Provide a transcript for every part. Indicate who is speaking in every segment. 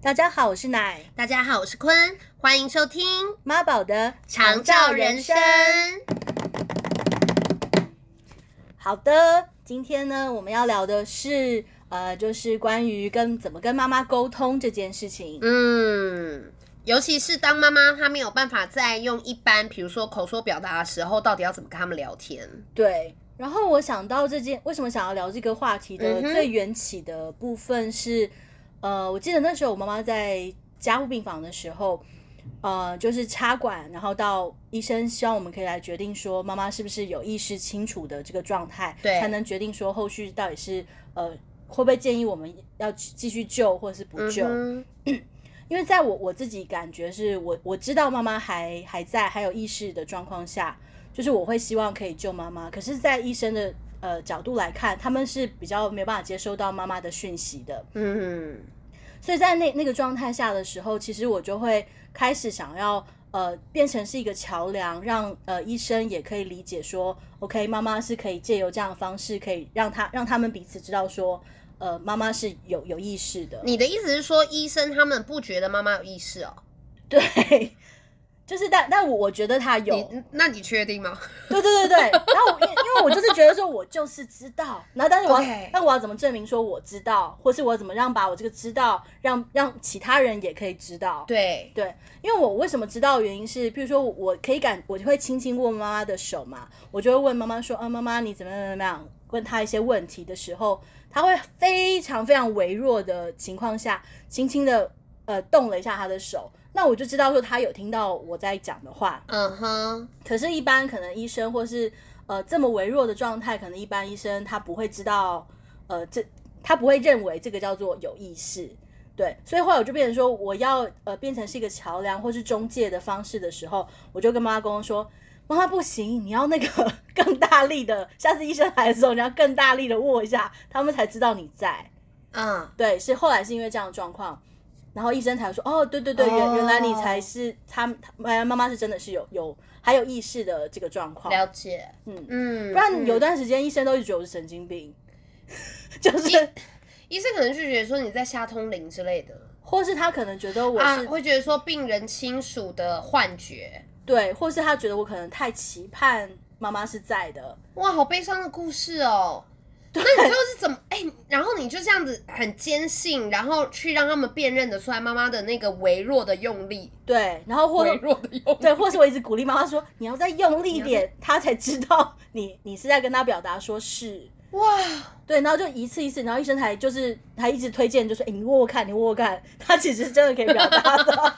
Speaker 1: 大家好，我是奶
Speaker 2: 大家好，我是坤，欢迎收听《
Speaker 1: 妈宝的
Speaker 2: 长照人生》。
Speaker 1: 好的，今天呢，我们要聊的是呃，就是关于跟怎么跟妈妈沟通这件事情。
Speaker 2: 嗯，尤其是当妈妈，她没有办法再用一般，比如说口说表达的时候，到底要怎么跟他们聊天？
Speaker 1: 对，然后我想到这件为什么想要聊这个话题的
Speaker 2: 嗯哼
Speaker 1: 最缘起的部分是，呃，我记得那时候我妈妈在加护病房的时候，呃，就是插管，然后到医生希望我们可以来决定说妈妈是不是有意识清楚的这个状态，
Speaker 2: 对
Speaker 1: 才能决定说后续到底是呃会不会建议我们要继续救或者是不救。
Speaker 2: 嗯
Speaker 1: 因为在我我自己感觉是我我知道妈妈还还在还有意识的状况下，就是我会希望可以救妈妈。可是，在医生的呃角度来看，他们是比较没有办法接收到妈妈的讯息的。
Speaker 2: 嗯，
Speaker 1: 所以在那那个状态下的时候，其实我就会开始想要呃变成是一个桥梁，让呃医生也可以理解说，OK，妈妈是可以借由这样的方式，可以让他让他们彼此知道说，呃，妈妈是有有意识的。
Speaker 2: 你的意思是说，医生他们不觉得妈妈有意识哦？
Speaker 1: 对，就是但但我我觉得他有，
Speaker 2: 你那你确 定吗？
Speaker 1: 对对对对。然后我因因为我就是觉得说我就是知道，然后但是我要
Speaker 2: OK
Speaker 1: 但我要怎么证明说我知道，或是我怎么让把我这个知道让让其他人也可以知道。
Speaker 2: 对，
Speaker 1: 对，因为我为什么知道的原因是，譬如说我可以感，我就会轻轻握妈妈的手嘛，我就会问妈妈说，啊，妈妈你怎么样怎么样？问她一些问题的时候，她会非常非常微弱的情况下，轻轻的呃动了一下她的手，那我就知道说她有听到我在讲的话。
Speaker 2: 嗯哼，
Speaker 1: 可是，一般可能医生或是呃这么微弱的状态，可能一般医生他不会知道，呃，这他不会认为这个叫做有意识。对，所以后来我就变成说，我要呃变成是一个桥梁或是中介的方式的时候，我就跟妈妈公公说，妈妈不行，你要那个更大力的，下次医生来的时候，你要更大力的握一下，他们才知道你在。
Speaker 2: 嗯，
Speaker 1: 对，是后来是因为这样的状况，然后医生才说，哦，对对对，原、
Speaker 2: 哦
Speaker 1: 原来你才是他他呃妈妈妈是真的是有有还有意识的这个状况，
Speaker 2: 了解，
Speaker 1: 嗯
Speaker 2: 嗯，
Speaker 1: 不
Speaker 2: 不
Speaker 1: 然有段时间医生都一直觉得我是神经病， 就是
Speaker 2: 医生可能就觉得说你在瞎通灵之类的。
Speaker 1: 或是他可能觉得我
Speaker 2: 啊
Speaker 1: 是、，
Speaker 2: 会觉得说病人亲属的幻觉，
Speaker 1: 对，或是他觉得我可能太期盼妈妈是在的，
Speaker 2: 哇，好悲伤的故事哦。那你就是怎么哎、然后你就这样子很坚信，然后去让他们辨认得出来妈妈的那个微弱的用力，
Speaker 1: 对，然后或
Speaker 2: 微弱的用力，
Speaker 1: 对，或是我一直鼓励妈妈说你要再用力一点，她才知道你你是在跟她表达说是。
Speaker 2: 哇，
Speaker 1: 对，然后就一次一次，然后医生才就是还一直推荐，就说：“哎、你握握看，你握握看。”他其实真的可以表达的。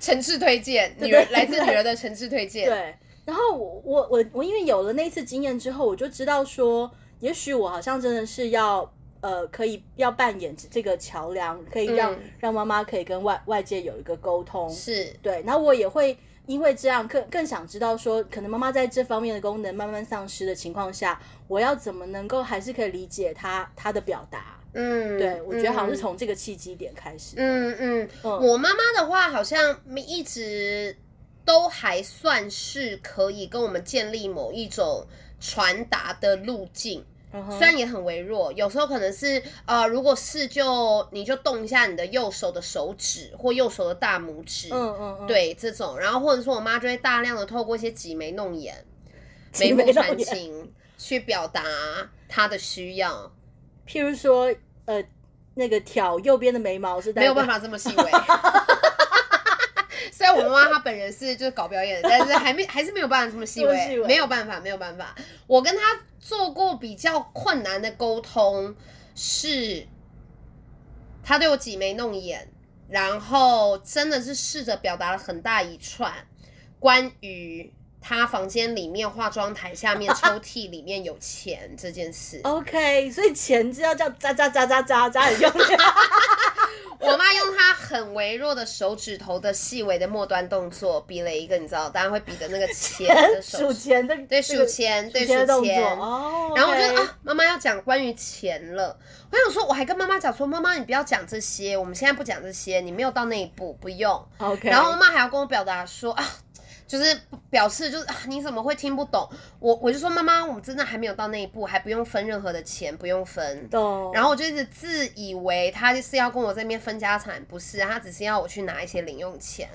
Speaker 2: 诚挚推荐，
Speaker 1: 对
Speaker 2: 女儿
Speaker 1: 对
Speaker 2: 来自女儿的诚挚推荐，
Speaker 1: 对，然后我我我我因为有了那次经验之后，我就知道说，也许我好像真的是要呃，可以要扮演这个桥梁，可以让、
Speaker 2: 嗯
Speaker 1: 让妈妈可以跟外外界有一个沟通。
Speaker 2: 是，
Speaker 1: 对，然后我也会因为这样更更想知道说，可能妈妈在这方面的功能慢慢丧失的情况下，我要怎么能够还是可以理解她她的表达。
Speaker 2: 嗯，
Speaker 1: 对，我觉得好像是
Speaker 2: 嗯
Speaker 1: 从这个契机点开始。
Speaker 2: 嗯嗯，
Speaker 1: 嗯
Speaker 2: 我妈妈的话好像一直都还算是可以跟我们建立某一种传达的路径。
Speaker 1: 嗯
Speaker 2: 虽
Speaker 1: 哼，
Speaker 2: 然也很微弱，有时候可能是呃，如果是就你就动一下你的右手的手指或右手的大拇指，
Speaker 1: 嗯嗯嗯，，
Speaker 2: 对这种，然后或者说我妈就会大量的透过一些挤眉弄眼、
Speaker 1: 挤眉
Speaker 2: 目
Speaker 1: 弄
Speaker 2: 传
Speaker 1: 眼
Speaker 2: 情去表达她的需要，
Speaker 1: 譬如说，呃，那个挑右边的眉毛是
Speaker 2: 没有办
Speaker 1: 法，
Speaker 2: 法这么细微。 虽然我妈妈她本人是就是搞表演的，但是还没还是没有办法这么细
Speaker 1: 这么细微
Speaker 2: 微，没有办法，没有办法。我跟她做过比较困难的沟通是，她对我挤眉弄眼，然后真的是试着表达了很大一串关于她房间里面化妆台下面抽屉里面有钱这件事。
Speaker 1: OK，所以钱是要叫扎扎扎扎扎扎很用 力。
Speaker 2: 我妈用她很微弱的手指头的细微的末端动作，比了一个你知道，当然会比的那个钱 的手
Speaker 1: 数
Speaker 2: 指，
Speaker 1: 钱的
Speaker 2: 对
Speaker 1: 这
Speaker 2: 数
Speaker 1: 个
Speaker 2: 钱，对
Speaker 1: 数
Speaker 2: 数
Speaker 1: 钱的动作
Speaker 2: 钱。
Speaker 1: 哦，
Speaker 2: 然后我就
Speaker 1: OK
Speaker 2: 啊，妈妈要讲关于钱了。我想说，我还跟妈妈讲说，妈妈你不要讲这些，我们现在不讲这些，你没有到那一步，不用。
Speaker 1: OK，
Speaker 2: 然后妈妈还要跟我表达说啊，就是表示就是、啊、你怎么会听不懂？我我就说妈妈，我们真的还没有到那一步，还不用分任何的钱，不用分。
Speaker 1: 懂。
Speaker 2: 然后我就一直自以为他是要跟我这边分家产，不是，他只是要我去拿一些零用钱。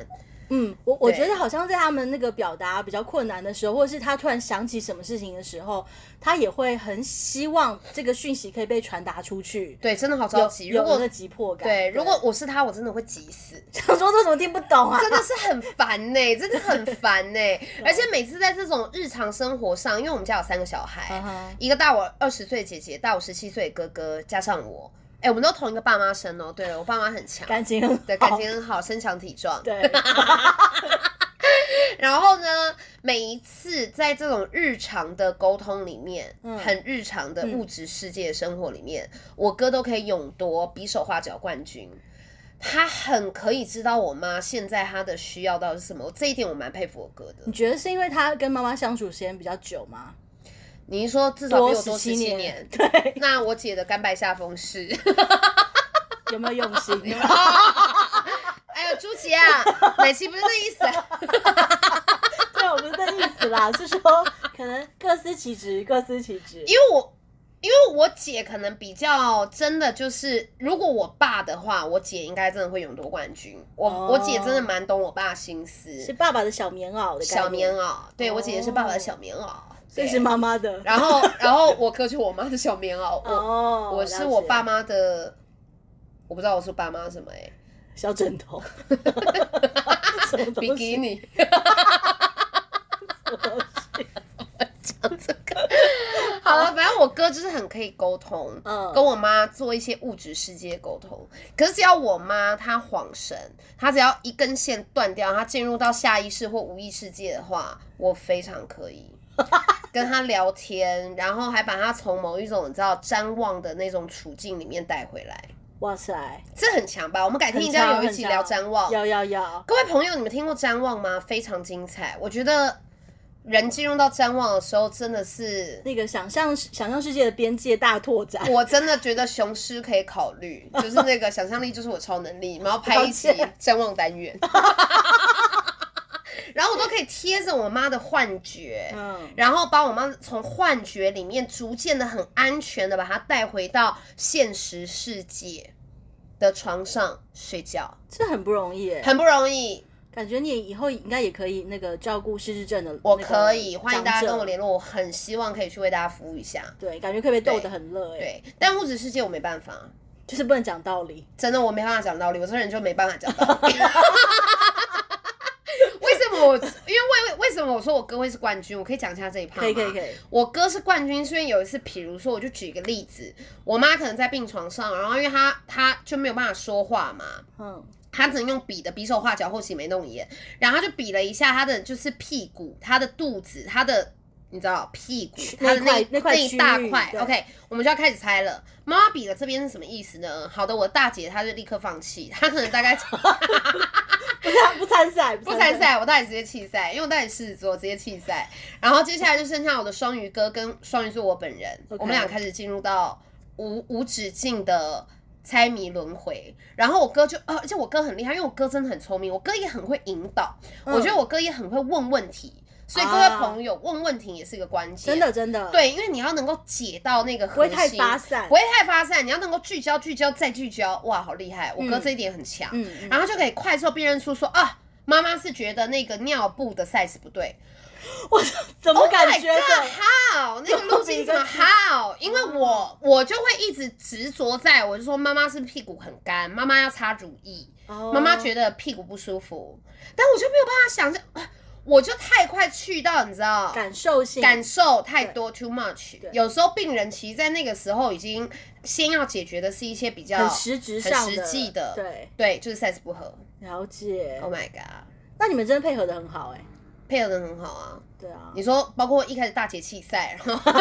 Speaker 1: 嗯，我我
Speaker 2: 对
Speaker 1: 觉得好像在他们那个表达比较困难的时候，或者是他突然想起什么事情的时候，他也会很希望这个讯息可以被传达出去，
Speaker 2: 对，真的好着
Speaker 1: 有
Speaker 2: 急。如
Speaker 1: 有那
Speaker 2: 果
Speaker 1: 个急迫感。
Speaker 2: 对，如果我是他，我真的会急死。
Speaker 1: 想说这怎么听不懂啊？
Speaker 2: 真的是很烦呢、真的很烦呢、而且每次在这种日常生活上，因为我们家有三个小孩，
Speaker 1: 嗯哼
Speaker 2: 一个大我二十岁的姐姐，大我十七岁的哥哥，加上我，哎、我们都同一个爸妈生哦、对了，我爸妈很强，
Speaker 1: 感情很好，
Speaker 2: 对，感情很好，身强体壮。
Speaker 1: 对，
Speaker 2: 然后呢，每一次在这种日常的沟通里面，
Speaker 1: 嗯
Speaker 2: 很日常的
Speaker 1: 嗯
Speaker 2: 物质世界生活里面，我哥都可以勇夺比手画脚冠军。他很可以知道我妈现在她的需要到底是什么，这一点我蛮佩服我哥的
Speaker 1: 你。觉得是因为他跟妈妈相处时间比较久吗？
Speaker 2: 你是说至少比我多
Speaker 1: 多
Speaker 2: 十
Speaker 1: 17
Speaker 2: 七
Speaker 1: 年
Speaker 2: 年？
Speaker 1: 对，
Speaker 2: 那我姐的甘拜下风是，
Speaker 1: 有没有用心？
Speaker 2: 哎呦，朱姐啊，奶琪不是那意思、啊，
Speaker 1: 对，我不是这意思啦，是说可能各司其职，各司其职。
Speaker 2: 因为我。因为我姐可能比较真的就是，如果我爸的话，我姐应该真的会勇夺冠军。我、
Speaker 1: 哦
Speaker 2: 我姐真的蛮懂我爸心思，
Speaker 1: 是爸爸的小棉袄的概念
Speaker 2: 小棉，袄。对、我姐姐是爸爸的
Speaker 1: 哦
Speaker 2: 小棉袄，
Speaker 1: 所以
Speaker 2: 对
Speaker 1: 是妈妈的。
Speaker 2: 然后然后我哥就我妈的小棉袄，我、
Speaker 1: 哦，
Speaker 2: 我是我爸
Speaker 1: 了
Speaker 2: 妈的，我不知道我是爸妈什么哎、
Speaker 1: 解小枕 头，什么
Speaker 2: 比
Speaker 1: 东
Speaker 2: 基
Speaker 1: 西？
Speaker 2: 尼。 好了，反正我哥就是很可以沟通，
Speaker 1: 嗯
Speaker 2: 跟我妈做一些物质世界沟通。可是只要我妈她晃神，她只要一根线断掉，她进入到下意识或无意识界的话，我非常可 以跟她聊天，然后还把她从某一种你知道瞻望的那种处境里面带回来，
Speaker 1: 哇塞，
Speaker 2: 这很强吧？我们改天一
Speaker 1: 很
Speaker 2: 定要
Speaker 1: 强
Speaker 2: 有一集
Speaker 1: 很
Speaker 2: 聊
Speaker 1: 强
Speaker 2: 瞻望。
Speaker 1: 要要要，
Speaker 2: 各位朋友，你们听过瞻望吗？非常精彩，我觉得人进入到瞻望的时候，真的是
Speaker 1: 那个想象想象世界的边界大拓展，
Speaker 2: 我真的觉得雄狮可以考虑，就是那个想象力就是我超 能力，然后拍一集
Speaker 1: 抱歉
Speaker 2: 瞻望单元， 然后我都可以贴着我妈的幻觉，
Speaker 1: 嗯，
Speaker 2: 然后把我妈从幻觉里面逐渐的很安全的把她带回到现实世界的床上睡觉，
Speaker 1: 这很不容易耶，
Speaker 2: 很不容易。
Speaker 1: 感觉你以后应该也可以那个照顾失智症的，
Speaker 2: 我可以，欢迎大家跟我
Speaker 1: 连。
Speaker 2: 联络，我很希望可以去为大家服务一下。
Speaker 1: 对，感觉可以被逗得很乐哎、
Speaker 2: 对，但物质世界我没办法，
Speaker 1: 就是不能讲道理。
Speaker 2: 真的我没办法讲道理，我这人就没办法讲道 理。为什么我？因为为为什么我说我哥会是冠军？我可以讲一下这一趴。
Speaker 1: 可以可以可以，
Speaker 2: 我哥是冠军，是因为有一次，比如说，我就举一个例子，我妈可能在病床上，然后因为她她就没有办法说话嘛，
Speaker 1: 嗯，
Speaker 2: 他只能用比的比手画脚，或许没弄眼，然后他就比了一下他的就是屁股、他的肚子、他的你知道屁股
Speaker 1: 区，
Speaker 2: 他的那
Speaker 1: 那块那块
Speaker 2: 一大
Speaker 1: 区域
Speaker 2: 块。
Speaker 1: 对
Speaker 2: OK，我们就要开始猜了。妈妈比了这边是什么意思呢？好的，我大姐她就立刻放弃，她可能大概
Speaker 1: 不 参不参赛，
Speaker 2: 不
Speaker 1: 不
Speaker 2: 参，赛，我大姐直接弃赛，因为我大姐狮子座直接弃赛。然后接下来就剩下我的双鱼哥跟双鱼座我本人
Speaker 1: OK
Speaker 2: 我们俩开始进入到无无止境的猜谜轮回。然后我哥就，呃，而且我哥很厉害，因为我哥真的很聪明，我哥也很会引导，
Speaker 1: 嗯
Speaker 2: 我觉得我哥也很会问问题。所以各位
Speaker 1: 啊
Speaker 2: 朋友，问问题也是一个关键。
Speaker 1: 真的真的，，
Speaker 2: 对，因为你要能够解到那个
Speaker 1: 不
Speaker 2: 核
Speaker 1: 会
Speaker 2: 心，
Speaker 1: 太发散
Speaker 2: 不。会太发散，你要能够聚焦、聚焦再聚焦。哇，好厉害！我哥
Speaker 1: 嗯
Speaker 2: 这一点很强。
Speaker 1: 嗯，嗯
Speaker 2: 然后就可以快速辨认出说啊，妈妈是觉得那个尿布的 size 不对。
Speaker 1: 我怎么
Speaker 2: Oh
Speaker 1: 感
Speaker 2: my
Speaker 1: 觉的？
Speaker 2: God, how 那个路径怎 么 how？因为我我就会一直执着在，我就说妈妈是屁股很干，妈妈要擦乳液，妈
Speaker 1: 妈
Speaker 2: 妈觉得屁股不舒服，但我就没有办法想象，啊我就太快去到你知道。
Speaker 1: 感受性
Speaker 2: 感受太多，too much
Speaker 1: 对。
Speaker 2: 有时候病人其实，在那个时候已经先要解决的是一些比较
Speaker 1: 很实质上
Speaker 2: 很
Speaker 1: 的、
Speaker 2: 实际的
Speaker 1: 对，
Speaker 2: 对，就是 size 不合。
Speaker 1: 了解。
Speaker 2: Oh my god！
Speaker 1: 那你们真的配合的很好哎、
Speaker 2: 配合的很好啊。
Speaker 1: 对啊，
Speaker 2: 你说，包括一开始大姐弃赛，然后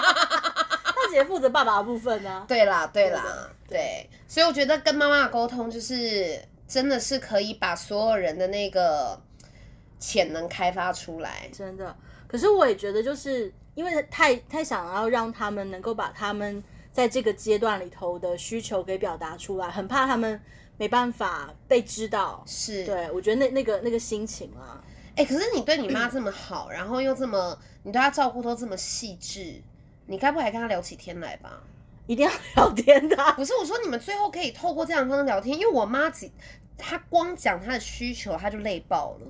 Speaker 1: 大姐负责爸爸的部分呢、
Speaker 2: 对啦，对
Speaker 1: 对
Speaker 2: 啦
Speaker 1: 的，
Speaker 2: 对，所以我觉得跟妈妈的沟通就是真的是可以把所有人的那个潜能开发出来。
Speaker 1: 真的。可是我也觉得，就是因为太太想要让他们能够把他们在这个阶段里头的需求给表达出来，很怕他们没办法被知道。
Speaker 2: 是，
Speaker 1: 对，我觉得那那个那个心情啊，
Speaker 2: 哎、可是你对你妈这么好，然后又这么，你对她照顾都这么细致，你该不会还跟她聊起天来吧？
Speaker 1: 一定要聊天的啊、
Speaker 2: 不是，我说你们最后可以透过这样的方式聊天，因为我妈只她光讲她的需求，她就累爆了。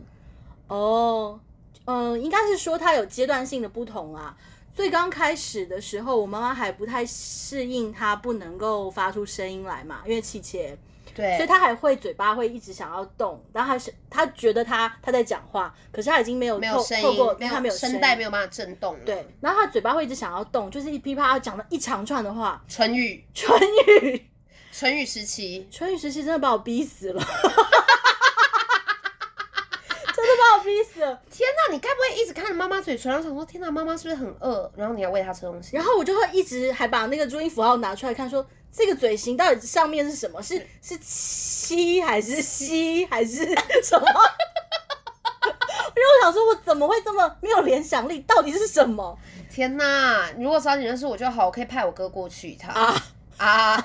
Speaker 1: 哦，嗯，应该是说它有阶段性的不同啊。最刚开始的时候，我妈妈还不太适应她不能够发出声音来嘛，因为气切，
Speaker 2: 对，
Speaker 1: 所以她还会嘴巴会一直想要动，然后还是她觉得她她在讲话，可是她已经没有
Speaker 2: 没
Speaker 1: 透
Speaker 2: 有声
Speaker 1: 透
Speaker 2: 音
Speaker 1: 过，
Speaker 2: 没
Speaker 1: 她没有嗯声
Speaker 2: 声
Speaker 1: 音
Speaker 2: 带没有办法震动了。
Speaker 1: 对，然后她嘴巴会一直想要动，就是一噼啪讲了一长串的话。
Speaker 2: 唇语，
Speaker 1: 唇语，
Speaker 2: 唇语时期，
Speaker 1: 唇语时期真的把我逼死了， 真的把我逼死了。
Speaker 2: 天哪，你该不会一直看着妈妈嘴唇，然后想说天哪，妈妈是不是很饿？然后你要喂她吃东西
Speaker 1: 然。后我就会一直还把那个注音符号拿出来看说，这个嘴型到底上面是什么？是是七还是西还是 什么？因为我想说，我怎么会这么没有联想力？到底是什么
Speaker 2: 天哪，如果早点认识我就好，我可以派我哥过去一趟
Speaker 1: 啊？
Speaker 2: 啊。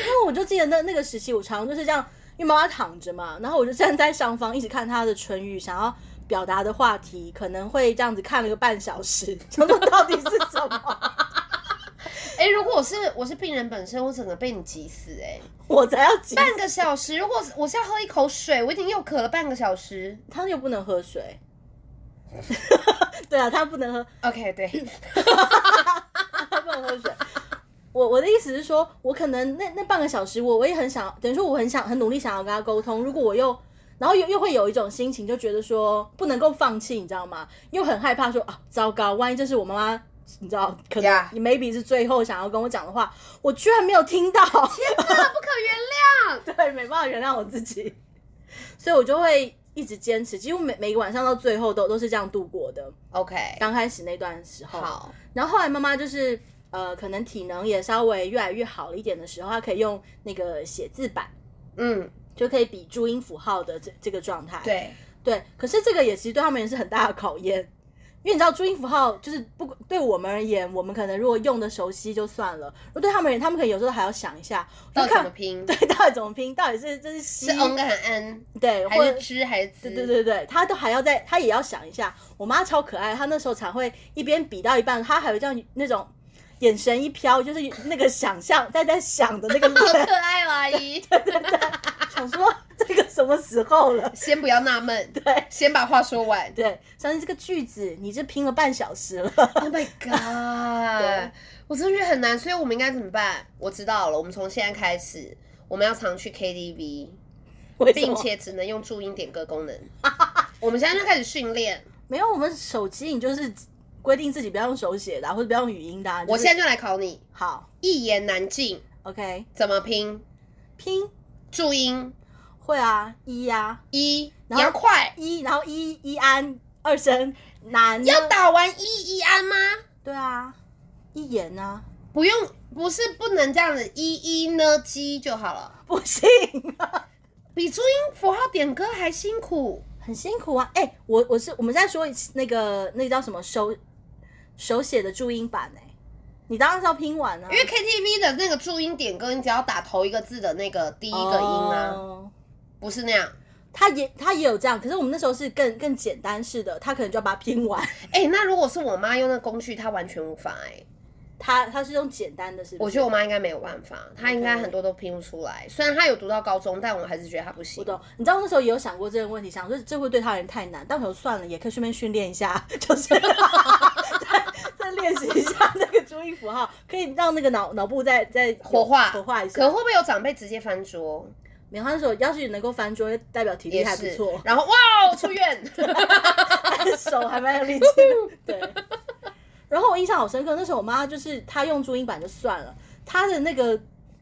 Speaker 1: 因为我就记得那那个时期，我常常就是这样，因为妈妈躺着嘛，然后我就站在上方一直看她的唇语，想要表达的话题，可能会这样子看了个半小时，想说到底是什么，
Speaker 2: 哎、如果我是我是病人本身，我整个被你急死 哎、
Speaker 1: 我才要啊急。
Speaker 2: 半个小时，如果是我是要喝一口水，我已经又渴了半个小时。
Speaker 1: 他又不能喝水， 对啊，他不能喝，
Speaker 2: OK，对，
Speaker 1: 他不能喝水。 我我的意思是说，我可能那那半个小时我，我也很想，等于说我很想很努力想要跟他沟通。如果我又，然后又又会有一种心情，就觉得说不能够放弃，你知道吗？又很害怕说啊，糟糕，万一这是我妈妈，你知道，可能
Speaker 2: Yeah.
Speaker 1: maybe 是最后想要跟我讲的话，我居然没有听到，
Speaker 2: 真的不可原谅。
Speaker 1: 对，没办法原谅我自己，所以我就会一直坚持，几乎每每个晚上到最后都都是这样度过的。
Speaker 2: OK，
Speaker 1: 刚开始那段时候，
Speaker 2: 好，
Speaker 1: 然后后来妈妈就是呃，可能体能也稍微越来越好了一点的时候，她可以用那个写字板，
Speaker 2: 嗯，
Speaker 1: 就可以比注音符号的这这个状态。
Speaker 2: 对，
Speaker 1: 对，可是这个也其实对他们也是很大的考验，因为你知道注音符号就是不对我们而言，我们可能如果用的熟悉就算了，如果对他们而言，他们可能有时候还要想一下，
Speaker 2: 到底
Speaker 1: 就
Speaker 2: 怎
Speaker 1: 看
Speaker 2: 么拼？
Speaker 1: 对到底怎么拼，到底是这是西
Speaker 2: 是 n 跟很 n，
Speaker 1: 对，
Speaker 2: 还
Speaker 1: 或
Speaker 2: 是知还是滋？
Speaker 1: 对对对对，他都还要在，他也要想一下。我妈超可爱，她那时候才会一边比到一半，她还会这样那种眼神一飘，就是那个想象在在想的那个
Speaker 2: 好
Speaker 1: 脸，
Speaker 2: 可爱哦，阿 姨。
Speaker 1: 想说这个什么时候了？
Speaker 2: 先不要纳闷，
Speaker 1: 对
Speaker 2: 先把话说完。
Speaker 1: 对，相信这个句子你这拼了半小时了，
Speaker 2: Oh my god！我真的觉得很难，所以我们应该怎么办？我知道了，我们从现在开始，我们要常去 KTV，
Speaker 1: 为什
Speaker 2: 并
Speaker 1: 么
Speaker 2: 且只能用注音点歌功能。 我们现在就开始训练，
Speaker 1: 没有我们手机，你就是规定自己不要用手写的啊、或者不要用语音的啊、
Speaker 2: 我
Speaker 1: 就是
Speaker 2: 现在就来考你，
Speaker 1: 好
Speaker 2: 一言难尽
Speaker 1: ，OK，
Speaker 2: 怎么拼？
Speaker 1: 拼
Speaker 2: 注音
Speaker 1: 会啊，一呀、
Speaker 2: 一，
Speaker 1: 然后
Speaker 2: 你要快，
Speaker 1: 一，然后一一安二声难呢，
Speaker 2: 要打完一一安吗？
Speaker 1: 对啊，一言啊。
Speaker 2: 不用，不是不能这样子，一一呢鸡就好 了，
Speaker 1: 不行、
Speaker 2: 比注音符号点歌还辛苦。
Speaker 1: 很辛苦啊！哎、我我是我们在说那个那个叫什么手手写的注音版哎、你当然是要拼完啊，
Speaker 2: 因为 KTV 的那个注音点歌，你只要打头一个字的那个第一
Speaker 1: 一
Speaker 2: 个音啊，
Speaker 1: 哦
Speaker 2: 不是那样。
Speaker 1: 他也他也有这样，可是我们那时候是更更简单式的，他可能就要把它拼完。
Speaker 2: 哎、那如果是我妈用那工具，她完全无法哎、
Speaker 1: 他他是用简单的是不是，
Speaker 2: 我觉得我妈应该没有办法，她应该很多都拼不出来。虽然她有读到高中，但我还是觉得她不行
Speaker 1: 我。懂。你知道那时候也有想过这个问题，想说这会对他人太难，但我想说算了，也可以顺便训练一下， 就是再再练习一下那个注音符号，可以让那个脑脑部再再
Speaker 2: 火化，
Speaker 1: 活化一下
Speaker 2: 可。会不会有长辈直接翻桌？
Speaker 1: 美欢手要是能够翻桌，代表体力
Speaker 2: 也
Speaker 1: 还不
Speaker 2: 是
Speaker 1: 错，，
Speaker 2: 然后哇，我出院。
Speaker 1: 手还蛮有力气的。对。然后我印象好深刻，那时候我妈就是她用注音板就算了，她的那个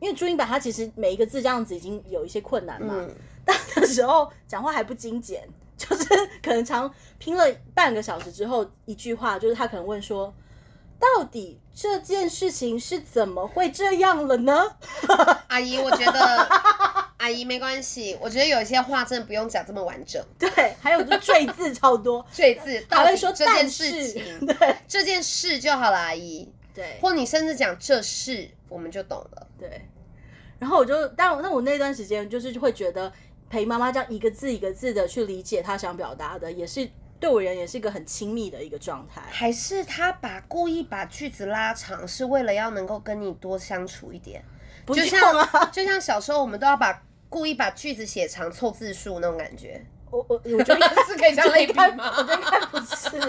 Speaker 1: 因为注音板它其实每一个字这样子已经有一些困难嘛，
Speaker 2: 嗯，
Speaker 1: 但那时候讲话还不精简， 就是可能常拼了半个小时之后，一句话就是她可能问说。到底这件事情是怎么会这样了呢？
Speaker 2: 阿姨，我觉得阿姨没关系，我觉得有一些话真的不用讲这么完整。
Speaker 1: 对，还有就赘字超多，
Speaker 2: 这字到
Speaker 1: 还
Speaker 2: 底
Speaker 1: 会说
Speaker 2: 这
Speaker 1: 但
Speaker 2: 件
Speaker 1: 是
Speaker 2: 事情，
Speaker 1: 对
Speaker 2: 这件事就好了，阿姨。
Speaker 1: 对，
Speaker 2: 或你甚至讲这事，我们就懂了。
Speaker 1: 对，然后我就，但我那我那段时间就是会觉得，陪妈妈这样一个字一个字的去理解她想表达的，也是对我而言也是一个很亲密的一个状态。
Speaker 2: 还是他把故意把句子拉长，是为了要能够跟你多相处一点？
Speaker 1: 不
Speaker 2: 就
Speaker 1: 用
Speaker 2: 像
Speaker 1: 啊，
Speaker 2: 就像小时候我们都要把故意把句子写长凑字数那种感觉，
Speaker 1: 我我我觉得
Speaker 2: 是 可以这样类比吗
Speaker 1: 我觉得应该不是、欸，因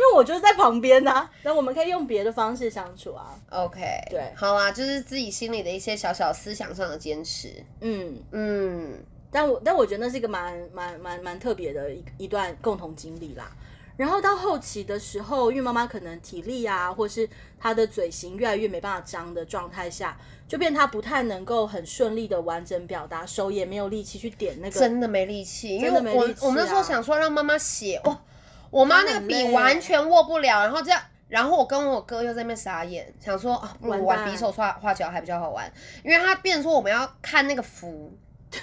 Speaker 1: 为我就是在旁边呐、那我们可以用别的方式相处啊。
Speaker 2: OK，
Speaker 1: 对
Speaker 2: 好啊，就是自己心里的一些小小思想上的坚持。
Speaker 1: 嗯，
Speaker 2: 嗯，
Speaker 1: 但我但我觉得那是一个蛮蛮蛮蛮特别的一一段共同经历啦。然后到后期的时候，因为妈妈可能体力啊，或是她的嘴型越来越没办法张的状态下，就变她不太能够很顺利的完整表达，手也没有力气去点那个。
Speaker 2: 真的没力气，因
Speaker 1: 真
Speaker 2: 为
Speaker 1: 的没
Speaker 2: 我
Speaker 1: 力气
Speaker 2: 我们那时候
Speaker 1: 啊
Speaker 2: 想说让妈妈写，哇，我妈那个
Speaker 1: 真的很
Speaker 2: 笔
Speaker 1: 累
Speaker 2: 完全握不了，然后这样。然后我跟我哥又在那边傻眼，想说啊，不如
Speaker 1: 完
Speaker 2: 玩
Speaker 1: 蛋
Speaker 2: 匕首画画脚还比较好玩，因为他变成说我们要看那个符，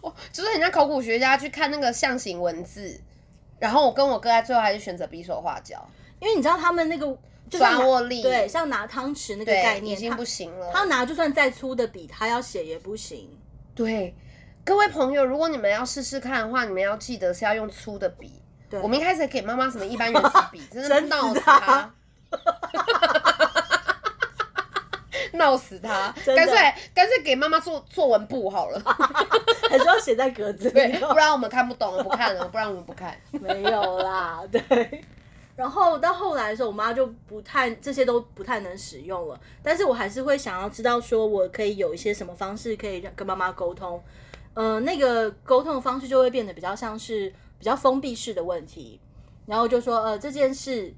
Speaker 2: 我就是很像考古学家去看那个象形文字，然后我跟我哥在最后还是选择匕首画脚，
Speaker 1: 因为你知道他们那个就像
Speaker 2: 抓
Speaker 1: 拿
Speaker 2: 握力
Speaker 1: 对，像拿汤匙那个概
Speaker 2: 对，
Speaker 1: 念，
Speaker 2: 已经
Speaker 1: 她
Speaker 2: 不行了。
Speaker 1: 他拿就算再粗的笔，他要写也不行。
Speaker 2: 对，各位朋友，如果你们要试试看的话，你们要记得是要用粗的笔。
Speaker 1: 对
Speaker 2: 我们一开始给妈妈什么一般原子 笔，真的
Speaker 1: 整死
Speaker 2: 闹死
Speaker 1: 她
Speaker 2: 她，闹死她，
Speaker 1: 真
Speaker 2: 干
Speaker 1: 的哎
Speaker 2: 脆干脆给妈妈做作文簿好了，
Speaker 1: 还是要写在格子
Speaker 2: 对，
Speaker 1: 里。哦
Speaker 2: 不然我们看不懂，我不看了，不然我们不看。
Speaker 1: 没有啦，对。然后到后来的时候，我妈就不太这些都不太能使用了，但是我还是会想要知道说我可以有一些什么方式可以让跟妈妈沟通。呃，那个沟通的方式就会变得比较像是比较封闭式的问题，然后就说呃这件事，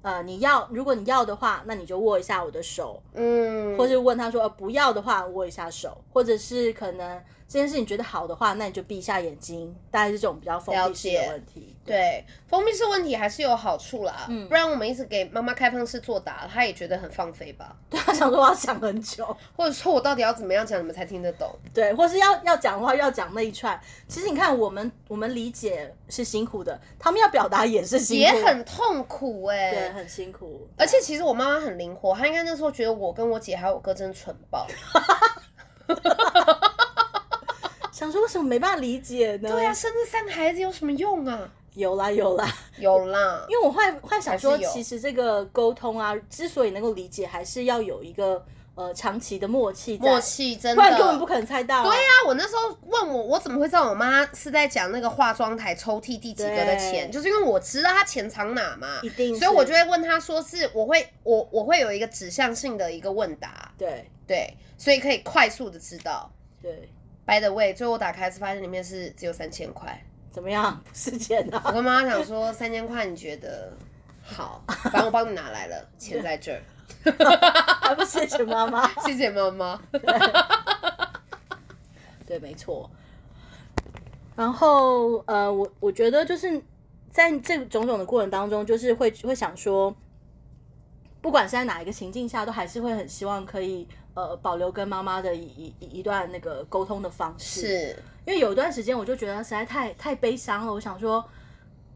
Speaker 1: 呃你要如果你要的话，那你就握一下我的手，
Speaker 2: 嗯，
Speaker 1: 或是问他说、呃、不要的话握一下手，或者是可能这件事你觉得好的话，那你就闭一下眼睛，大概是这种比较封闭式
Speaker 2: 了
Speaker 1: 的
Speaker 2: 解
Speaker 1: 问题。
Speaker 2: 对，封闭式问题还是有好处啦，
Speaker 1: 嗯
Speaker 2: 不然我们一直给妈妈开放式作答，她也觉得很放飞吧，
Speaker 1: 对 他想说我要想很久，
Speaker 2: 或者说我到底要怎么样讲你们才听得懂？
Speaker 1: 对，或是要要讲话要讲那一串。其实你看，我们我们理解是辛苦的，他们要表达也是辛苦，
Speaker 2: 也很痛苦哎、
Speaker 1: 对，很辛苦。
Speaker 2: 而且其实我妈妈很灵活，她应该那时候觉得我跟我姐还有我哥真的蠢爆。
Speaker 1: 想说为什么没办法理解呢？
Speaker 2: 对啊，生这三个孩子有什么用啊？
Speaker 1: 有啦有啦，
Speaker 2: 有 啦，
Speaker 1: 因为我幻幻想
Speaker 2: 还
Speaker 1: 说，
Speaker 2: 是有
Speaker 1: 其实这个沟通啊，之所以能够理解，还是要有一个呃长期的默契在，
Speaker 2: 默契真
Speaker 1: 不
Speaker 2: 的。
Speaker 1: 然根本不可能猜到、
Speaker 2: 对啊，我那时候问我，我怎么会知道我妈是在讲那个化妆台抽屉第几个的钱？
Speaker 1: 对
Speaker 2: 就是因为我知道她钱藏哪嘛
Speaker 1: 一，定是，
Speaker 2: 所以我就会问她说是，我会我我会有一个指向性的一个问答，
Speaker 1: 对
Speaker 2: 对，所以可以快速的知道。
Speaker 1: 对，
Speaker 2: By the way，最后我打开是发现里面是只有三千块。
Speaker 1: 怎么样？不是钱
Speaker 2: 我
Speaker 1: 啊，
Speaker 2: 跟妈妈讲说，三千块你觉得好，反正我帮你拿来了，钱在这儿，
Speaker 1: 还不谢谢妈妈。
Speaker 2: 谢谢妈妈。
Speaker 1: 对，没错。然后呃，我我觉得就是在这种种的过程当中，就是会会想说，不管是在哪一个情境下，都还是会很希望可以呃保留跟妈妈的一一一一段那个沟通的方式。，
Speaker 2: 是，
Speaker 1: 因为有一段时间我就觉得实在太太悲伤了，我想说，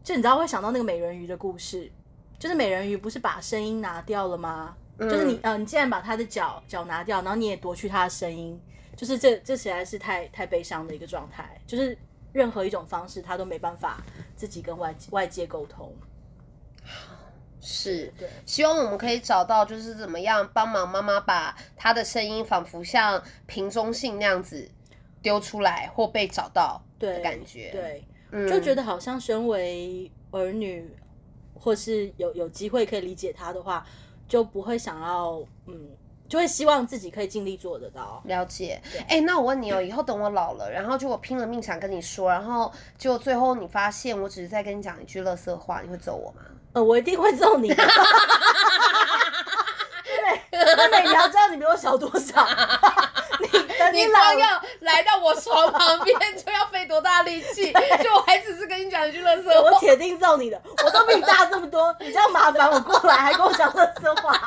Speaker 1: 就你知道会想到那个美人鱼的故事，就是美人鱼不是把声音拿掉了吗？就是
Speaker 2: 嗯
Speaker 1: 你呃，你既然把他的脚脚拿掉，然后你也夺去他的声音，就是这这实在是太太悲伤的一个状态，就是任何一种方式他都没办法自己跟外界外界沟通。
Speaker 2: 是，
Speaker 1: 对
Speaker 2: 希望我们可以找到，就是怎么样帮忙妈妈把她的声音，仿佛像瓶中信那样子丢出来或被找到的
Speaker 1: 对
Speaker 2: 感觉。，
Speaker 1: 对，
Speaker 2: 嗯
Speaker 1: 就觉得好像身为儿女，或是有有机会可以理解他的话，就不会想要嗯，就会希望自己可以尽力做得到。
Speaker 2: 了解。哎、那我问你哦，以后等我老了，然后就我拼了命想跟你说，然后结果最后你发现我只是在跟你讲一句垃圾话，你会揍我吗？
Speaker 1: 呃，我一定会揍你的。 妹妹，妹妹，你要知道你比我小多少。你等
Speaker 2: 你
Speaker 1: 老
Speaker 2: 光
Speaker 1: 了，
Speaker 2: 要来到我床旁边就要费多大力 气？就我还只是跟你讲一句乐色
Speaker 1: 我
Speaker 2: 话，
Speaker 1: 铁定揍你的。我都比你大这么多，你这样麻烦我过来，还跟我讲这些话，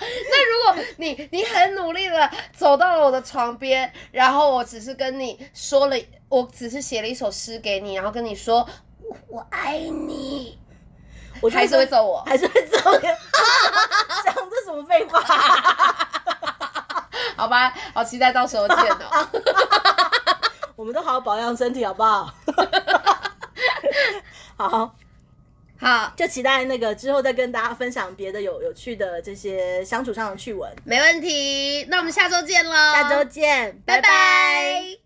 Speaker 2: 那如果你你很努力的走到了我的床边，然后我只是跟你说了，我只是写了一首诗给你，然后跟你说我我爱你，
Speaker 1: 我就
Speaker 2: 还是会
Speaker 1: 说
Speaker 2: 揍我，
Speaker 1: 还是会揍你。讲这什么废话？
Speaker 2: 好吧？好期待到时候见哦。
Speaker 1: 保养身体，好不好？ 好，
Speaker 2: 好，
Speaker 1: 就期待那个之后再跟大家分享别的有有趣的这些相处上的趣闻。
Speaker 2: 没问题，那我们下周见喽，
Speaker 1: 下周见，
Speaker 2: 拜
Speaker 1: 拜拜
Speaker 2: 拜